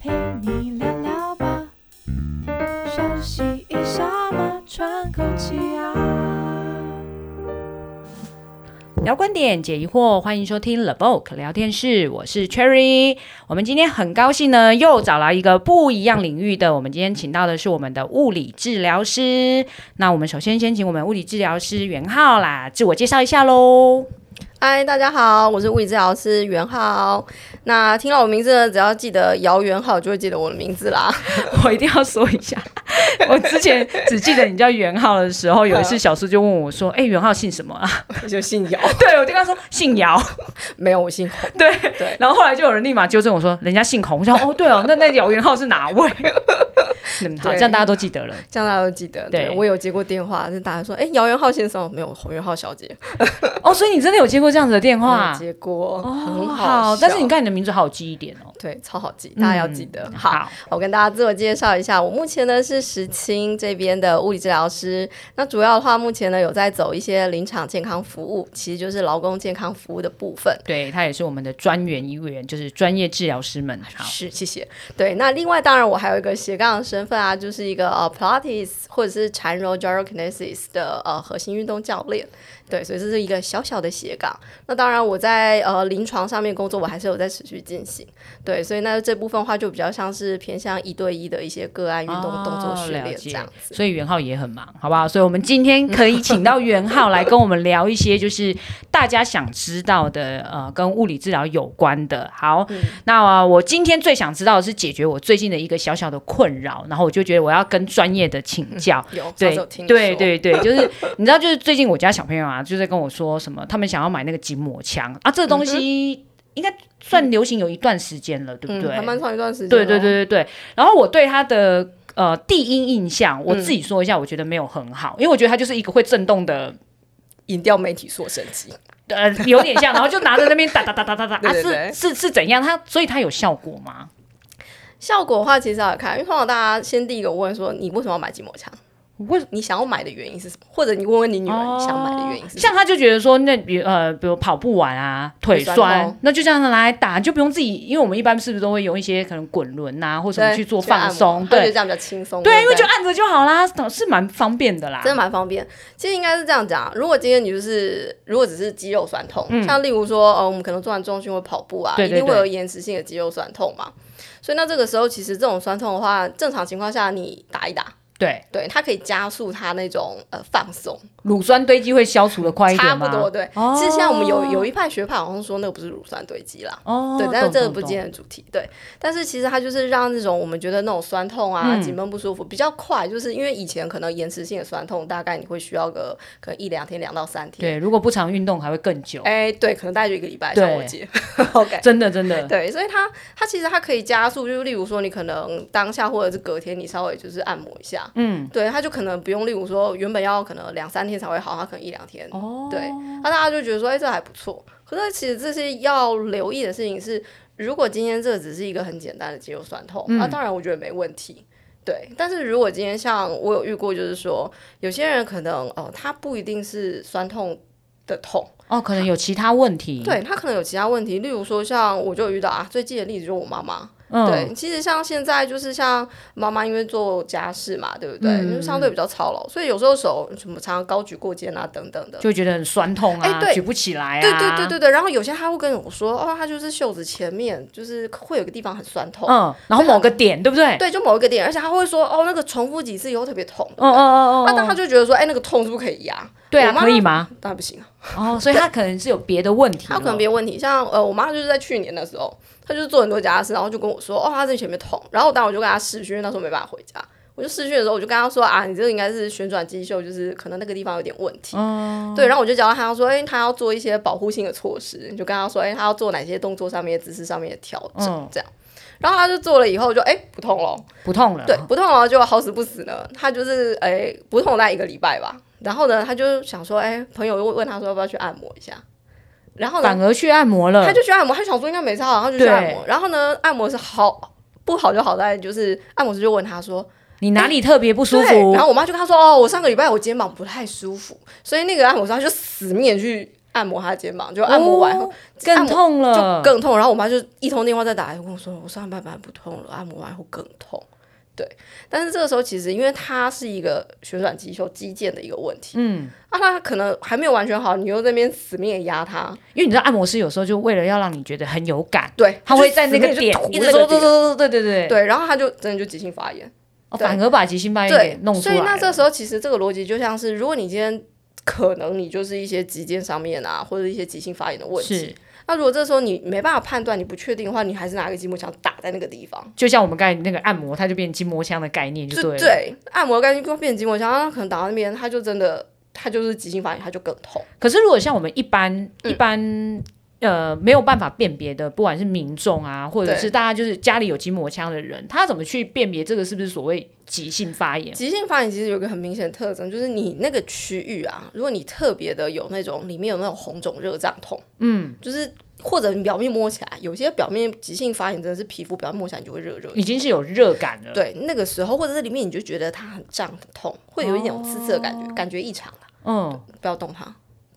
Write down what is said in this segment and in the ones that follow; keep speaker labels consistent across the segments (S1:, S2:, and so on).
S1: 陪你聊聊吧，休息一下嘛，喘口气啊。
S2: 聊观点，解疑惑，欢迎收听 The Book 聊天室，我是 Cherry。我们今天很高兴呢，又找来一个不一样领域的。我们今天请到的是我们的物理治疗师。那我们首先先请我们物理治疗师袁浩啦，自我介绍一下喽。
S3: 嗨，大家好，我是物理治疗师袁浩。那听到我名字呢，只要记得姚元浩，就会记得我的名字啦。
S2: 我一定要说一下， 我之前只记得你叫袁浩的时候，有一次小苏就问我说：“哎、袁浩姓什么啊
S3: 我就姓姚，？”
S2: 对，我就跟他说姓姚。
S3: 没有我姓洪。
S2: 对
S3: 对
S2: 然后后来就有人立马纠正我说：“人家姓洪。”我 想哦，对哦，那那姚元浩是哪位？嗯，好，
S3: 对
S2: 这样大家都记得了。
S3: 这样大家都记得。
S2: 对
S3: 对我有接过电话，就大家说，哎、姚元浩先生，没有洪元浩小姐，
S2: 哦，所以你真的有接过这样子的电
S3: 没有
S2: 话？
S3: 接过，
S2: 哦，
S3: 很
S2: 好，
S3: 笑
S2: 但是你看你的名字好有记忆点哦，
S3: 对，超好记，大家要记得。
S2: 嗯
S3: 好，我跟大家自我介绍一下，我目前呢是石青这边的物理治疗师。那主要的话，目前呢有在走一些临场健康服务，其实就是劳工健康服务的部分。
S2: 对他也是我们的专员一员，就是专业治疗师们。好，
S3: 是，谢谢。对，那另外当然我还有一个斜杠的身份啊，就是一个呃 Pilates 或者是缠柔 Gyrokinesis 的呃核心运动教练。对，所以这是一个小小的斜杠。那当然我在呃临床上面工作，我还是有在持续进行。对，所以那这部分的话就比较像是偏向一对一的一些个案运动
S2: 哦
S3: 动作训
S2: 了
S3: 练
S2: 解
S3: 这样子。
S2: 所以袁浩也很忙，好不好？所以我们今天可以请到袁浩来跟我们聊一些，就是大家想知道的，呃，跟物理治疗有关的。好，
S3: 嗯
S2: 那、呃我今天最想知道的是解决我最近的一个小小的困扰，然后我就觉得我要跟专业的请教。
S3: 有，嗯上
S2: 对
S3: 次有听
S2: 对
S3: 说，
S2: 对对，就是你知道，就是最近我家小朋友啊，就在跟我说什么，他们想要买那个筋膜枪啊，这个
S3: 嗯
S2: 东西应该算流行有一段时间了，对
S3: 嗯
S2: 不，对？
S3: 还蛮长一段时间。
S2: 对对。对对对。然后我对他的呃第一印
S3: 嗯
S2: 象，我自己说一下，我觉得没有很好，因为我觉得他就是一个会震动的。
S3: 引掉媒体塑身机，
S2: 呃，有点 像，然后就拿着那边打打打打打打，
S3: 对对
S2: 啊，
S3: 对
S2: 是是是怎样？它所以它有效果吗？
S3: 效果的话其实要看，因为通常大家先第一个问说，你为什么要买筋膜枪？
S2: 为
S3: 你想要买的原因是什么？或者你问问你女儿你想买的原因是什么？
S2: 像他就觉得说，那比呃，比如跑步完啊，腿
S3: 腿酸哦
S2: 酸
S3: 痛，
S2: 那就这样拿来打，就不用自己，因为我们一般是不是都会用一些可能滚轮啊或什么
S3: 对
S2: 去做放松，
S3: 去按摩她觉得
S2: 对
S3: 这样比较轻松。
S2: 对，
S3: 对，
S2: 因为就按着就好啦，是蛮方便的啦。
S3: 真的蛮方便。其实应该是这样讲，啊如果今天你就是如果只是肌肉酸痛，像例如说，呃，我们可能做完重训或跑步啊，
S2: 嗯对对
S3: 一定会
S2: 对
S3: 有延迟性的肌肉酸痛嘛。所以那这个时候，其实这种酸痛的话，正常情况下你打一打，
S2: 对，
S3: 对，它可以加速它那种呃放松，
S2: 乳酸堆积会消除的快一
S3: 差
S2: 点
S3: 不
S2: 吗？
S3: 多对。
S2: 哦
S3: 其实现在我们有有一派学派好像说那个不是乳酸堆积啦，
S2: 哦，
S3: 对，但是
S2: 懂
S3: 这个
S2: 懂
S3: 不是
S2: 懂
S3: 今天的主题。对，但是其实它就是让那种我们觉得那种酸痛啊、
S2: 嗯
S3: 紧绷不舒服比较快，就是因为以前可能延迟性的酸痛，大概你会需要个可能一两天、两到三天。
S2: 对，如果不常运动还会更久。
S3: 哎，对，可能大概就一个礼拜，像我
S2: 对
S3: 姐。OK。
S2: 真的真的，
S3: 对，所以它它其实它可以加速，就是例如说你可能当下或者是隔天你稍微就是按摩一下，
S2: 嗯，
S3: 对，它就可能不用，例如说原本要可能两三天才会好，它可能一两天，
S2: 哦
S3: 对，那大家就觉得说，哎、这还不错。可是其实这些要留意的事情是，如果今天这只是一个很简单的肌肉酸痛，那、
S2: 嗯
S3: 当然我觉得没问题。对，但是如果今天像我有遇过，就是说有些人可能哦，他不一定是酸痛的痛，
S2: 哦，可能有其他问题，，
S3: 对他可能有其他问题，例如说像我就有遇到啊，最近的例子就是我妈妈，
S2: 嗯，
S3: 对，其实像现在就是像妈妈因为做家事嘛，对不对？
S2: 嗯
S3: 因为相对比较操劳，所以有时候手什么常常高举过肩啊等等的，
S2: 就会觉得很酸痛啊，
S3: 哎对
S2: 举不起来啊，
S3: 对对对，对对，然后有些他会跟我说，哦，他就是袖子前面就是会有个地方很酸痛，
S2: 嗯，然后某个点，对不对？
S3: 对，就某一个点，而且他会说，哦，那个重复几次以后特别痛。
S2: 哦哦哦哦，
S3: 那、但他就觉得说，哎、那个痛是不是可以压？
S2: 对啊，
S3: 我妈
S2: 可以吗？
S3: 当然不行啊，
S2: 哦，所以他可能是有别的问题了，
S3: 他可能别的问题。像呃，我妈就是在去年的时候，她就是做很多家事，然后就跟我说，哦，她这前面痛。然后当然我就跟她试训，因为那时候没办法回家，我就试训的时候，我就跟她说啊，你这个应该是旋转肌袖，就是可能那个地方有点问题。
S2: 哦
S3: 对，然后我就教她说，哎、她要做一些保护性的措施，你就跟她说，哎、她要做哪些动作上面、姿势上面的调整，
S2: 嗯
S3: 这样。然后她就做了以后就哎、不痛了，
S2: 不痛了，
S3: 对，不痛了，就好死不死呢，他就是哎、不痛那一个礼拜吧。然后呢，他就想说，哎、朋友又问他说要不要去按摩一下，然后呢，
S2: 反而去按摩了
S3: 他，就去按摩，他想说应该没差，然后就
S2: 嗯
S3: 去
S2: 对
S3: 按摩。然后呢，按摩是好不好就好在就是按摩师就问他说，
S2: 你哪里特别不舒
S3: 对，然
S2: 服？
S3: 后我妈就跟他说，哦，我上个礼拜我肩膀不太舒服，所以那个按摩师他就死命地去。按摩她的肩膀，就按摩完后、
S2: 哦更痛了，
S3: 就更痛。然后我妈就一通电话再打来跟我说，我上半板不痛了，按摩完后更痛。对，但是这个时候其实因为它是一个旋转肌袖肌腱的一个问题，
S2: 嗯，
S3: 啊，它可能还没有完全好，你又在那边死命地压它，
S2: 因为你知道按摩师有时候就为了要让你觉得很有感，
S3: 对，
S2: 他会在那个
S3: 就死命
S2: 点
S3: 地就涂
S2: 一
S3: 那
S2: 直
S3: 个
S2: 说，
S3: 点
S2: 对对对对对，
S3: 对，然后他就真的就急性发炎。
S2: 哦
S3: 对
S2: 反而把急性发炎
S3: 对
S2: 给，弄出
S3: 所
S2: 来
S3: 以
S2: 了。
S3: 那这时候其实这个逻辑就像是，如果你今天可能你就是一些肌腱上面啊，或者一些急性发炎的问题，
S2: 是，
S3: 那如果这时候你没办法判断，你不确定的话，你还是拿个筋膜枪打在那个地方。
S2: 就像我们刚才那个按摩，它就变筋膜枪的概念，就
S3: 就
S2: 对了。
S3: 对，按摩干净变成筋膜枪，那可能打到那边，它就真的，它就是急性发炎，它就更痛。
S2: 可是如果像我们一般、
S3: 嗯
S2: 一般呃没有办法辨别的，不管是民众啊，或者
S3: 对
S2: 是大家就是家里有筋膜枪的人，他怎么去辨别这个是不是所谓急性发炎？
S3: 急性发炎其实有一个很明显的特征，就是你那个区域啊，如果你特别的有那种里面有那种红肿、热胀、痛，嗯，就是或者你表面摸起来，有些表面急性发炎真的是皮肤表面摸起来你就会热热的
S2: 已经是有热感了。
S3: 对，那个时候或者是里面你就觉得它很胀、很痛，会有一点刺刺的
S2: 哦
S3: 感觉，感觉异常了，
S2: 嗯，
S3: 不要动它。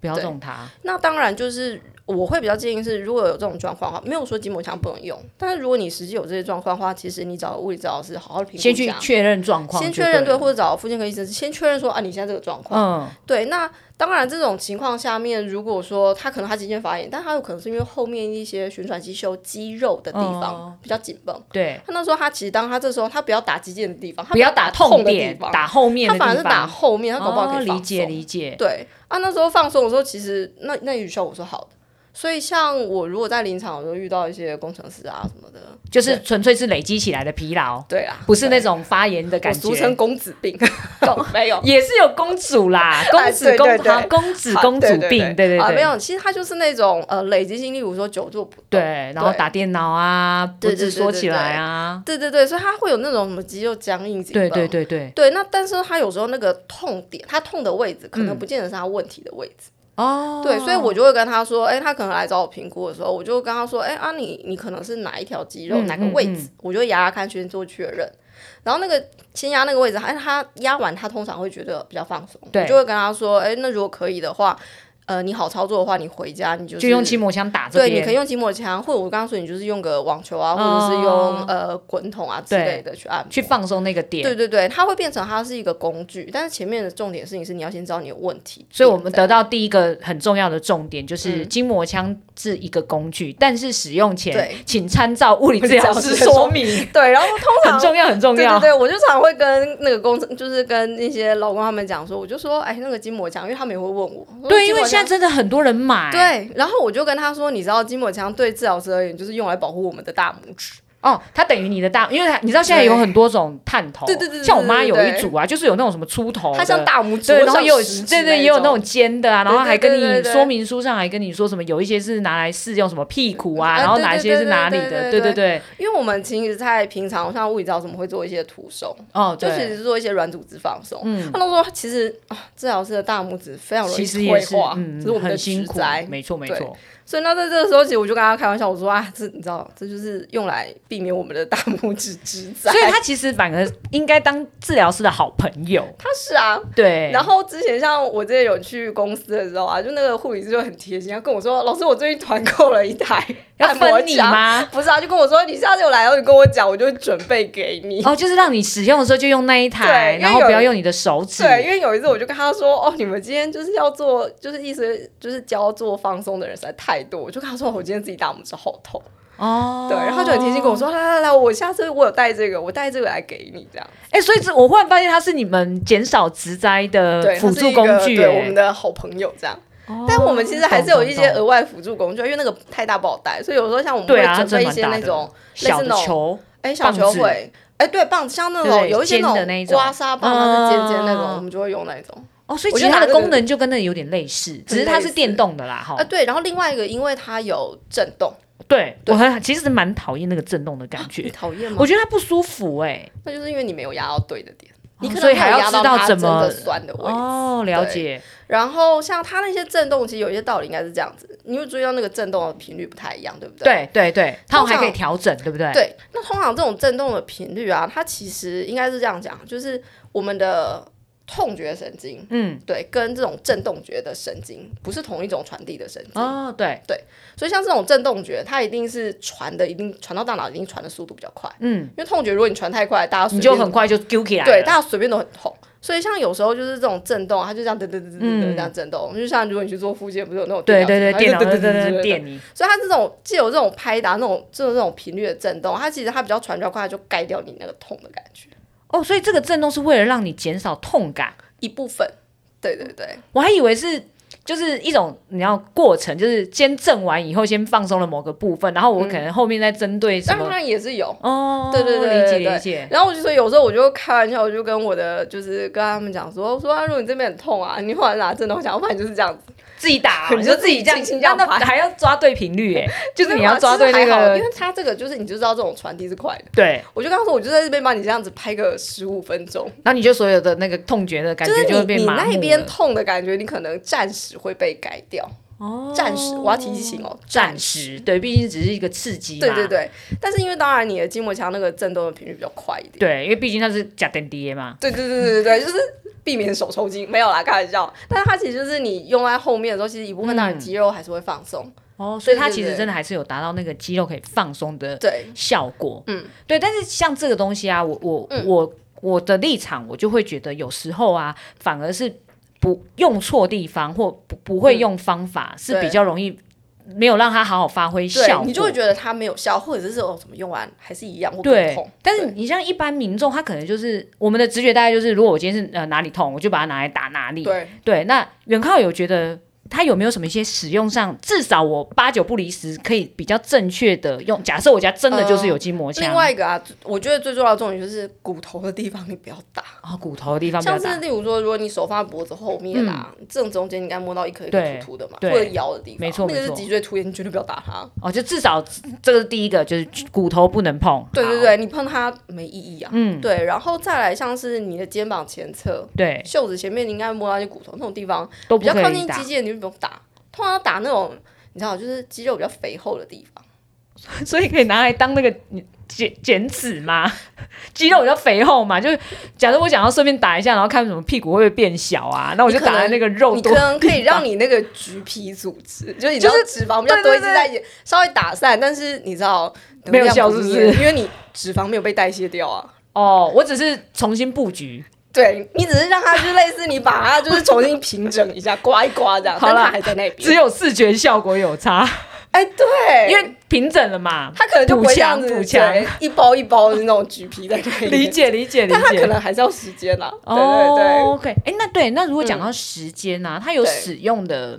S2: 不要
S3: 对
S2: 动它。
S3: 那当然就是我会比较建议是，如果有这种状况的话，没有说筋膜枪不能用，但是如果你实际有这些状况的话，其实你找物理治疗师好好地评估
S2: 先
S3: 一
S2: 去
S3: 下。
S2: 确认状况，
S3: 先确
S2: 对
S3: 认对，
S2: 了，
S3: 或者找妇健科医生先确认说啊，你现在这个状况。
S2: 嗯，
S3: 对，那当然这种情况下面，如果说他可能他肌腱发炎，但他有可能是因为后面一些旋转肌袖肌肉的地方
S2: 哦
S3: 比较紧绷。
S2: 对，
S3: 他那时候他其实当他这时候他不要打肌腱的地方，他
S2: 不要打痛
S3: 的地
S2: 点，
S3: 方，
S2: 打后面的
S3: 他
S2: 地方。
S3: 反而是打后面，他搞不好
S2: 哦，
S3: 可以放松、
S2: 理解理解。
S3: 对啊，那时候放松的时候，其实那那语效果是好的。所以像我如果在临场，我就遇到一些工程师啊什么的，
S2: 就是纯粹是累积起来的疲劳，
S3: 对啊，
S2: 不是那
S3: 对
S2: 种发炎的感
S3: 我
S2: 觉。
S3: 俗称公子 病，没有。
S2: 也是有公主啦，公子
S3: 哦哎对
S2: 公
S3: 对对
S2: 好公子
S3: 好
S2: 公主
S3: 对
S2: 病，对对
S3: 啊，没
S2: 对。
S3: 有，其实他就是那种呃累积性，例如说久坐不动，
S2: 对，然后
S3: 对
S2: 打电脑啊，
S3: 对
S2: 脖子
S3: 对对
S2: 缩
S3: 对
S2: 起
S3: 对
S2: 来啊，
S3: 对对对，所以他会有那种什么肌肉僵硬紧绷，
S2: 对对对对，
S3: 对，嗯那但是他有时候那个痛点，他痛的位置可
S2: 嗯
S3: 能不见得是他问题的位置。
S2: 哦，
S3: 对，所以我就会跟他说，哎、他可能来找我评估的时候，我就跟他说，哎、啊你，你可能是哪一条肌肉、
S2: 嗯
S3: 哪个位置，
S2: 嗯嗯
S3: 我就压压看，先做确认。然后那个先压那个位置，哎，他压完，他通常会觉得比较放松，
S2: 对
S3: 我就会跟他说，哎、那如果可以的话，呃，你好操作的话，你回家你就是
S2: 就用筋膜枪打这
S3: 对，你可以
S2: 边，
S3: 用筋膜枪，或者我刚刚说你就是用个网球啊，或
S2: 哦
S3: 者是用呃滚筒啊之
S2: 对
S3: 类的去按摩。
S2: 去放松那个
S3: 对
S2: 点。
S3: 对对，它会变成它是一个工具，但是前面的重点事情是你要先知道你的问题。
S2: 所以我们
S3: 对
S2: 得到第一个很重要的重点就是，
S3: 嗯
S2: 筋膜枪是一个工具，但是使用前
S3: 对
S2: 请参照物理 治疗师说明，
S3: 对，然后通常
S2: 很重要很重要。
S3: 对对对，我就常会跟那个公司，就是跟那些老公他们讲说，我就说，哎，那个筋膜枪，因为他们也会问我，我说
S2: 对，因
S3: 筋膜
S2: 为现在
S3: 枪
S2: 真的很多人买，
S3: 对，然后我就跟他说，你知道筋膜枪对治疗师而言，就是用来保护我们的大拇指，
S2: 哦，它等于你的大，因为它你知道现在有
S3: 对
S2: 很多种探头，
S3: 对对对对
S2: 像我妈有一
S3: 对
S2: 组啊，就是有那种什么粗头的，
S3: 它像大拇指，
S2: 对，
S3: 或
S2: 然后
S3: 像
S2: 也有
S3: 食指
S2: 对对，也有那种尖的啊，然后还跟
S3: 对对
S2: 你
S3: 对对
S2: 说明书上还跟你说什么，有一些是拿来试用什么屁股啊，
S3: 啊
S2: 然后
S3: 对
S2: 哪
S3: 对
S2: 些是
S3: 对
S2: 哪里的，
S3: 对
S2: 对
S3: 对
S2: 对
S3: 对
S2: 对，
S3: 因为我们其实，在平常像物理治疗师，我们会做一些徒手，
S2: 哦
S3: 就其
S2: 对，
S3: 实是做一些软组织放松。
S2: 嗯
S3: 他都说，其实啊，治疗师的大拇指非常容易
S2: 其实也
S3: 退
S2: 是
S3: 化，
S2: 嗯
S3: 这是我们的
S2: 很
S3: 职
S2: 辛苦
S3: 灾，。
S2: 没错没
S3: 对
S2: 错，
S3: 所以那在这个时候，其实我就跟他开玩笑，我说啊，这你知道，这就是用来避免我们的大拇指之灾。
S2: 所以他其实反而应该当治疗师的好朋友，
S3: 他是啊，
S2: 对，
S3: 然后之前像我之前有去公司的时候啊，就那个护理师就很贴心，他跟我说，老师，我最近团购了一台
S2: 要
S3: 按摩
S2: 分你
S3: 枪？
S2: 吗？
S3: 不是啊，就跟我说，你下次有来，然后你跟我讲，我就准备给你。
S2: 哦，就是让你使用的时候就用那一台，
S3: 对因为
S2: 然后
S3: 有
S2: 不要用你的手指，
S3: 对，因为有一次我就跟他说，哦，你们今天就是要做，就是意思就是教做放松的人实在太多，我就跟他说，哦我今天自己大拇指好痛，
S2: 哦，
S3: 对，然后他就很贴心跟我说，来来来，我下次我有带这个，我带这个来给你这样。
S2: 哎、所以这我忽然发现它是你们减少植栽的
S3: 对，
S2: 呃辅
S3: 它是
S2: 助
S3: 一
S2: 工
S3: 个
S2: 具、
S3: 对
S2: 哎
S3: 我们的好朋友这样。
S2: 哦
S3: 但我们其实还是有一些
S2: 懂懂
S3: 额外辅助工具，因为那个太大不好带，所以有时候像我们
S2: 对
S3: 会
S2: 啊
S3: 准备一些
S2: 这蛮大
S3: 那
S2: 的
S3: 种似
S2: 小的
S3: 那种
S2: 球，
S3: 哎小球
S2: 棒子
S3: 会。哎，对，棒子像那
S2: 对
S3: 种
S2: 对
S3: 有一些
S2: 尖的那一
S3: 那
S2: 种
S3: 种刮痧棒，它是尖尖那
S2: 嗯
S3: 种，我们就会用那种。
S2: 哦，所以
S3: 我
S2: 其
S3: 觉
S2: 实
S3: 得
S2: 它
S3: 它
S2: 的
S3: 这个
S2: 功能就跟那有点类似，只是它是电动的啦，哈、
S3: 啊，对，然后另外一个因为它有震动，
S2: 对，
S3: 对
S2: 我很其实蛮讨厌那个震动的感
S3: 你
S2: 觉，
S3: 讨厌吗？
S2: 我觉得它不舒服哎、
S3: 那就是因为你没有压到对的点，你可
S2: 哦所以
S3: 能没
S2: 还
S3: 有
S2: 要
S3: 压
S2: 知道
S3: 它
S2: 怎
S3: 真
S2: 么
S3: 的酸的位置。
S2: 哦，了解，
S3: 然后像它那些震动，其实有一些道理应该是这样子，你会注意到那个震动的频率不太一样，对不对？
S2: 对对对，它
S3: 通
S2: 还
S3: 常
S2: 可以调整，对不对？，
S3: 对，那通常这种震动的频率啊，它其实应该是这样讲，就是我们的痛觉神经，
S2: 嗯，
S3: 对，跟这种震动觉的神经不是同一种传递的神经，
S2: 哦，对，
S3: 所以像这种震动觉，它一定是传的，一定传到大脑，一定传的速度比较快。
S2: 嗯，
S3: 因为痛觉如果你传太快，大家随
S2: 你
S3: 便
S2: 就很快就揪起来了，
S3: 对，大家随便都很痛。所以像有时候就是这种震动，它就这样噔噔噔噔噔
S2: 嗯
S3: 这样震动。就像如果你去做复健，不是有那种
S2: 对
S3: 电
S2: 对
S3: 疗
S2: 对，电
S3: 机吗
S2: 脑
S3: 它就
S2: 在
S3: 噔噔噔噔噔
S2: 在
S3: 噔
S2: 电你，
S3: 所以它这种借由这种拍打那种这种这种频率的震动，它其实它比较传比较快，它就盖掉你那个痛的感觉
S2: 哦，所以这个震动是为了让你减少痛感，
S3: 一部分。对对对，
S2: 我还以为是。就是一种你要过程，就是先震完以后，先放松了某个部分，然后我可能后面再针对什
S3: 当
S2: 么、
S3: 然也是有。
S2: 哦，
S3: 对对对对
S2: 理解
S3: 对
S2: 理解，
S3: 然后我就说，有时候我就开玩笑，我就跟我的就是跟他们讲说，我说、啊、如果你这边很痛啊，你后来拿震动想要不然你就是这样子，
S2: 自己打
S3: 你就自己轻轻这样
S2: 那
S3: 拍
S2: 还要抓对频率 哎，就是你要
S3: 没有啊
S2: 抓
S3: 其
S2: 对那
S3: 实还好因
S2: 个
S3: 为它这个就是你就知道这种传递是快的。
S2: 对，
S3: 我就跟他说，我就在这边帮你这样子拍个十五分钟，
S2: 然后你就所有的那个痛觉的感
S3: 就
S2: 觉
S3: 是
S2: 就会
S3: 你
S2: 变
S3: 你
S2: 麻木
S3: 那边
S2: 了
S3: 痛的感觉，你可能暂时会被改掉，
S2: 哦
S3: 暂时我要提醒哦，
S2: 暂。时对，毕竟只是一个刺激嘛，
S3: 对对对，但是因为当然你的筋膜腔那个震动的频率比较快一点。
S2: 对，因为毕竟它是假点跌嘛，
S3: 对对对对对，就是避免手抽筋，没有啦，开玩笑。但是它其实就是你用在后面的时候，其实一部分当然
S2: 嗯
S3: 肌肉还是会放松。
S2: 哦，所以它
S3: 对对
S2: 其
S3: 对
S2: 实真的还是有达到那个肌肉可以放松的
S3: 对，
S2: 效果。
S3: 嗯，
S2: 对，但是像这个东西啊，我我、
S3: 嗯
S2: 我我的立场，我就会觉得有时候啊，反而是不用错地方或不不会用方法，是比
S3: 嗯对
S2: 较容易没有让它好好发挥效
S3: 对
S2: 果。
S3: 你就会觉得它没有效，或者是哦怎么用完还是一样或更
S2: 对
S3: 痛。，
S2: 但是
S3: 对
S2: 你像一般民众，他可能就是我们的直觉大概就是，如果我今天是呃哪里痛，我就把它拿来打哪里。
S3: 对
S2: 对，那远靠有觉得他有没有什么一些使用上，至少我八九不离十，可以比较正确的用。假设我家真的就是有筋膜枪，
S3: 呃另外一个啊，我觉得最重要的重点就是骨头的地方你不要打。
S2: 啊、骨头的地方比较
S3: 像
S2: 大，
S3: 是例如说，如果你手放在脖子后面啊，这种中间你应该摸到一颗一颗
S2: 对
S3: 突突的嘛，或
S2: 嗯对
S3: 者摇的地方，
S2: 没错
S3: 那个
S2: 没
S3: 是
S2: 错
S3: 脊椎突炎，你绝对不要打它。
S2: 哦，就至少这个是第一个，就是骨头不能碰。
S3: 对对
S2: 好，
S3: 对，你碰它没意义啊。
S2: 嗯，
S3: 对，然后再来像是你的肩膀前侧、
S2: 对，
S3: 袖子前面，你应该摸到一些骨头那种地方，
S2: 都
S3: 比
S2: 不
S3: 较靠
S2: 可
S3: 近
S2: 以打
S3: 肌。腱，你就不用打。通常打那种你知道，就是肌肉比较肥厚的地方。
S2: 所以可以拿来当那个减减脂吗？ 肌肉比较肥厚嘛，就是假设我想要顺便打一下，然后看什么屁股会不会变小啊，那我就打在那个肉
S3: 你可
S2: 多。
S3: 能可以让你那个橘皮组织，就是你知道
S2: 就是
S3: 脂肪比较
S2: 对对
S3: 堆积在一起，稍微打散，但是你知道
S2: 没有效
S3: 能量
S2: 是不
S3: 灭
S2: 是
S3: 因为你脂肪没有被代谢掉啊。
S2: 哦，我只是重新布局。
S3: 对你只是让它就类似你把它就是重新平整一下，刮一刮这样，
S2: 好啦
S3: 但它还在那
S2: 只
S3: 边。
S2: 有视觉效果有差，
S3: 哎，对，
S2: 因为平整了 嘛。
S3: 它可能就不会这样子
S2: 补强
S3: 对一包一包的那种橘皮在那
S2: 理
S3: 里，
S2: 解理解理
S3: 但它可
S2: 解。
S3: 能还是要时间啦。对对
S2: 哦
S3: 对，
S2: ，OK，哎，那对，那如果讲到时间呢、啊，它有
S3: 对
S2: 使用的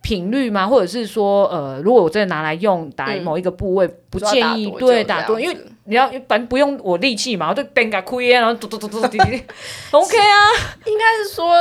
S2: 频率吗？或者是说，呃，如果我真的拿来用打
S3: 嗯
S2: 某一个部位，不
S3: 知道
S2: 建议
S3: 多久
S2: 对打
S3: 这
S2: 多，
S3: 样
S2: 因为
S3: 子
S2: 你要反正不用我力气嘛，我就变个亏，啊然后嘟嘟嘟嘟滴滴，OK 啊，
S3: 应该是说。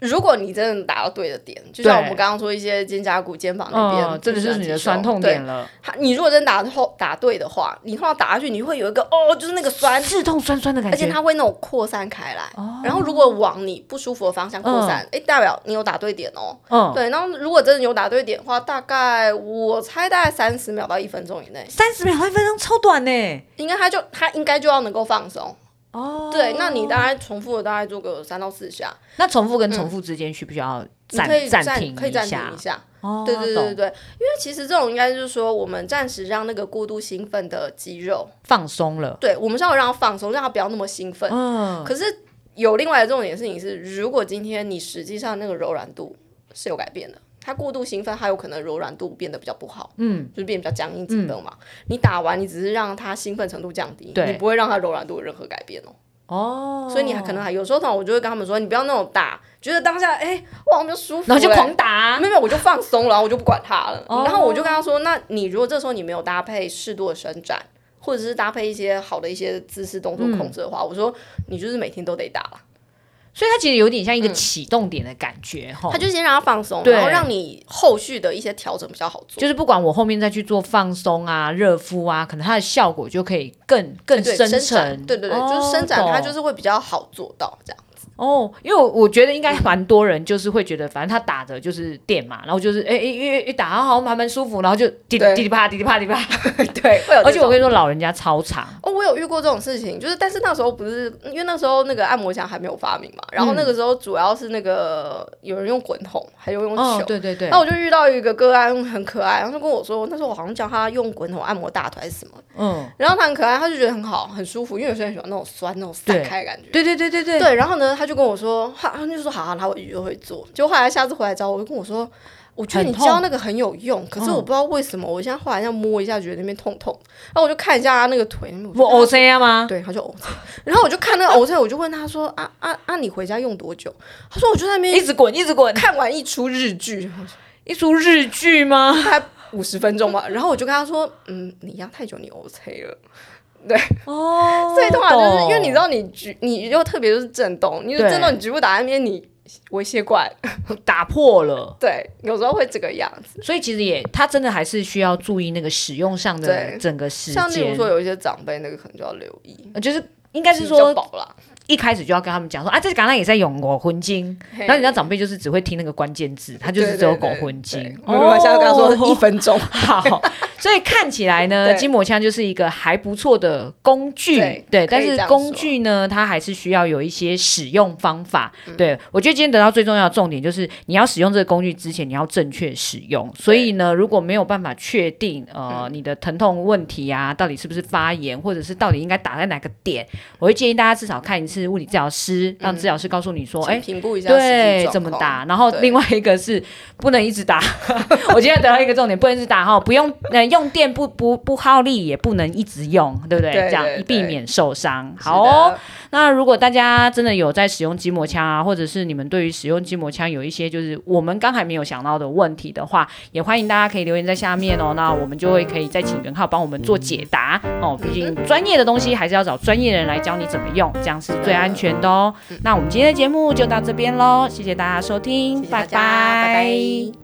S3: 如果你真的打到对的点，就像
S2: 对
S3: 我们刚刚说一些肩胛骨、肩膀那边，
S2: 嗯，这个就是你的酸痛点了，
S3: 对。它你如果真打后打对的话，你碰到打下去，你会有一个哦，就是那个酸，
S2: 刺痛酸酸的感
S3: 而且
S2: 觉，哦
S3: 它会那种扩散开来。然后如果往你不舒服的方向扩散，哎、代表你有打对点哦。
S2: 嗯，
S3: 对，然后如果真的有打对点的话，大概我猜大概三十秒到一分钟以内，
S2: 三十秒到一分钟超短呢，
S3: 应该他就他应该就要能够放松。
S2: 哦，
S3: 对，那你大概重复了大概做个三到四下，
S2: 那重复跟重复之间需不需要
S3: 嗯你
S2: 暂
S3: 可以
S2: 暂
S3: 暂
S2: 停
S3: 可以暂停
S2: 下？
S3: 一下。
S2: 哦，
S3: 对对对对
S2: 懂
S3: 对，因为其实这种应该就是说，我们暂时让那个过度兴奋的肌肉，
S2: 放松了，
S3: 对我们是要让它放松，让它不要那么兴奋。
S2: 嗯，
S3: 可是有另外的重点事情是，如果今天你实际上那个柔软度是有改变的，它过度兴奋，它有可能柔软度变得比较不好，
S2: 嗯，
S3: 就是变得比较僵硬紧绷嘛。你打完，你只是让它兴奋程度降低，
S2: 对
S3: 你不会让它柔软度有任何改变哦。
S2: 哦，
S3: 所以你还可能还有时候，我就会跟他们说，你不要那种打，觉得当下哎、哇我没有舒服、
S2: 然后就
S3: 哎
S2: 狂打
S3: 没，有，没有我就放松了，我就不管它了。
S2: 哦
S3: 然后我就跟他说，那你如果这时候你没有搭配适度的伸展，或者是搭配一些好的一些姿势动作
S2: 嗯
S3: 控制的话，我说你就是每天都得打了。
S2: 所以它其实有点像一个启动点的感觉哈
S3: 他。就先让嗯它放松，
S2: 哦对
S3: 然后让你后续的一些调整比较好做。
S2: 就是不管我后面再去做放松啊、热敷啊，可能它的效果就可以更更
S3: 哎对
S2: 深
S3: 伸展
S2: 层。
S3: 对对对，
S2: 哦
S3: 就是伸展，它
S2: 懂
S3: 就是会比较好做到这样。
S2: 哦，因为我我觉得应该蛮多人就是会觉得，反正他打着就是电嘛，然后就是哎一一一打好像还蛮舒服，然后就滴滴
S3: 对
S2: 滴啪滴滴啪滴啪，
S3: 对，会有这种。
S2: 而且我跟你说，老人家超长，
S3: 哦，我有遇过这种事情，就是但是那时候不是因为那时候那个按摩枪还没有发明嘛，然后
S2: 嗯
S3: 那个时候主要是那个有人用滚筒，还有用球。
S2: 哦，对对对
S3: 那，我就遇到一个个案很可爱，然后就跟我说，那时候我好像教他用滚筒按摩大腿还是什么，
S2: 嗯，
S3: 然后他很可爱，他就觉得很好，很舒服，因为有些人喜欢那种酸、那种散开的感觉。
S2: 对对对对对，
S3: 对，然后呢，他就跟我说，他他就说好、啊，那我以后会做。结果后来下次回来找我，就跟我说，我觉得
S2: 很
S3: 你
S2: 痛
S3: 教那个很有用，可是我
S2: 嗯
S3: 不知道为什么，我现在后来要摸一下，觉得那边痛痛。然后我就看一下他那个腿，那边
S2: 我
S3: 就跟
S2: O
S3: 他
S2: C 啊吗？
S3: 对，他就 O C，然后我就看那个 O C，我就问他说啊啊啊，你回家用多久？他说我就在那
S2: 一
S3: 边
S2: 直滚一直滚，
S3: 看完一出日剧，
S2: 一出日剧吗？
S3: 大概五十分钟吧。然后我就跟他说，嗯，你压太久，你 O C 了。
S2: 哦，
S3: 所以通常就是因为你知
S2: 懂
S3: 道你局，你又特别就是震动，你就
S2: 对
S3: 震动，你局部打在那边，你微血管，
S2: 打破了，
S3: 对，有时候会这个样子。
S2: 所以其实也他真的还是需要注意那个使用上的
S3: 对
S2: 整个时
S3: 像例如
S2: 间，
S3: 说有一些长辈，那个可能就要留意。
S2: 呃就是应该是
S3: 比
S2: 说
S3: 较饱啦，
S2: 一开始就要跟他们讲说啊，这橄榄也在用狗魂经，
S3: 嘿
S2: 然后你知 道长辈就是只会听那个关键字，他就是只有狗魂经
S3: 对。我我现在跟他说
S2: 哦
S3: 一分钟，
S2: 好，所以看起来呢，
S3: 对
S2: 筋膜枪就是一个还不错的工具，
S3: 对可以
S2: 但是
S3: 这样
S2: 工具呢，它还是需要有一些使用方法。
S3: 嗯
S2: 对我觉得今天得到最重要的重点就是，你要使用这个工具之前，你要正确使用。所以呢，如果没有办法确定呃、
S3: 嗯
S2: 你的疼痛问题啊，到底是不是发炎，或者是到底应该打在哪个点，我会建议大家至少看一次物理治疗师，让
S3: 嗯
S2: 治疗师告诉你说，哎、
S3: 请评估一下实
S2: 对
S3: 际，状
S2: 怎么
S3: 况
S2: 打？然后
S3: 对
S2: 另外一个是不能一直打。 我今天得到一个重点，不能一直打哈，不用呃用电不不不耗力，也不能一直用，对不对？
S3: 对
S2: 这样
S3: 对
S2: 以避
S3: 对
S2: 免受伤。
S3: 是
S2: 好、哦
S3: 的，
S2: 那如果大家真的有在使用筋膜枪啊，或者是你们对于使用筋膜枪有一些就是我们刚才没有想到的问题的话，也欢迎大家可以留言在下面哦。那我们就会可以再请袁浩帮我们做解答哦。毕竟专业的东西还是要找专业人来教你怎么用，这样是最安全嗯的哦。那我们今天的节目就到这边喽，谢谢大家收听，
S3: 谢谢大家，拜拜。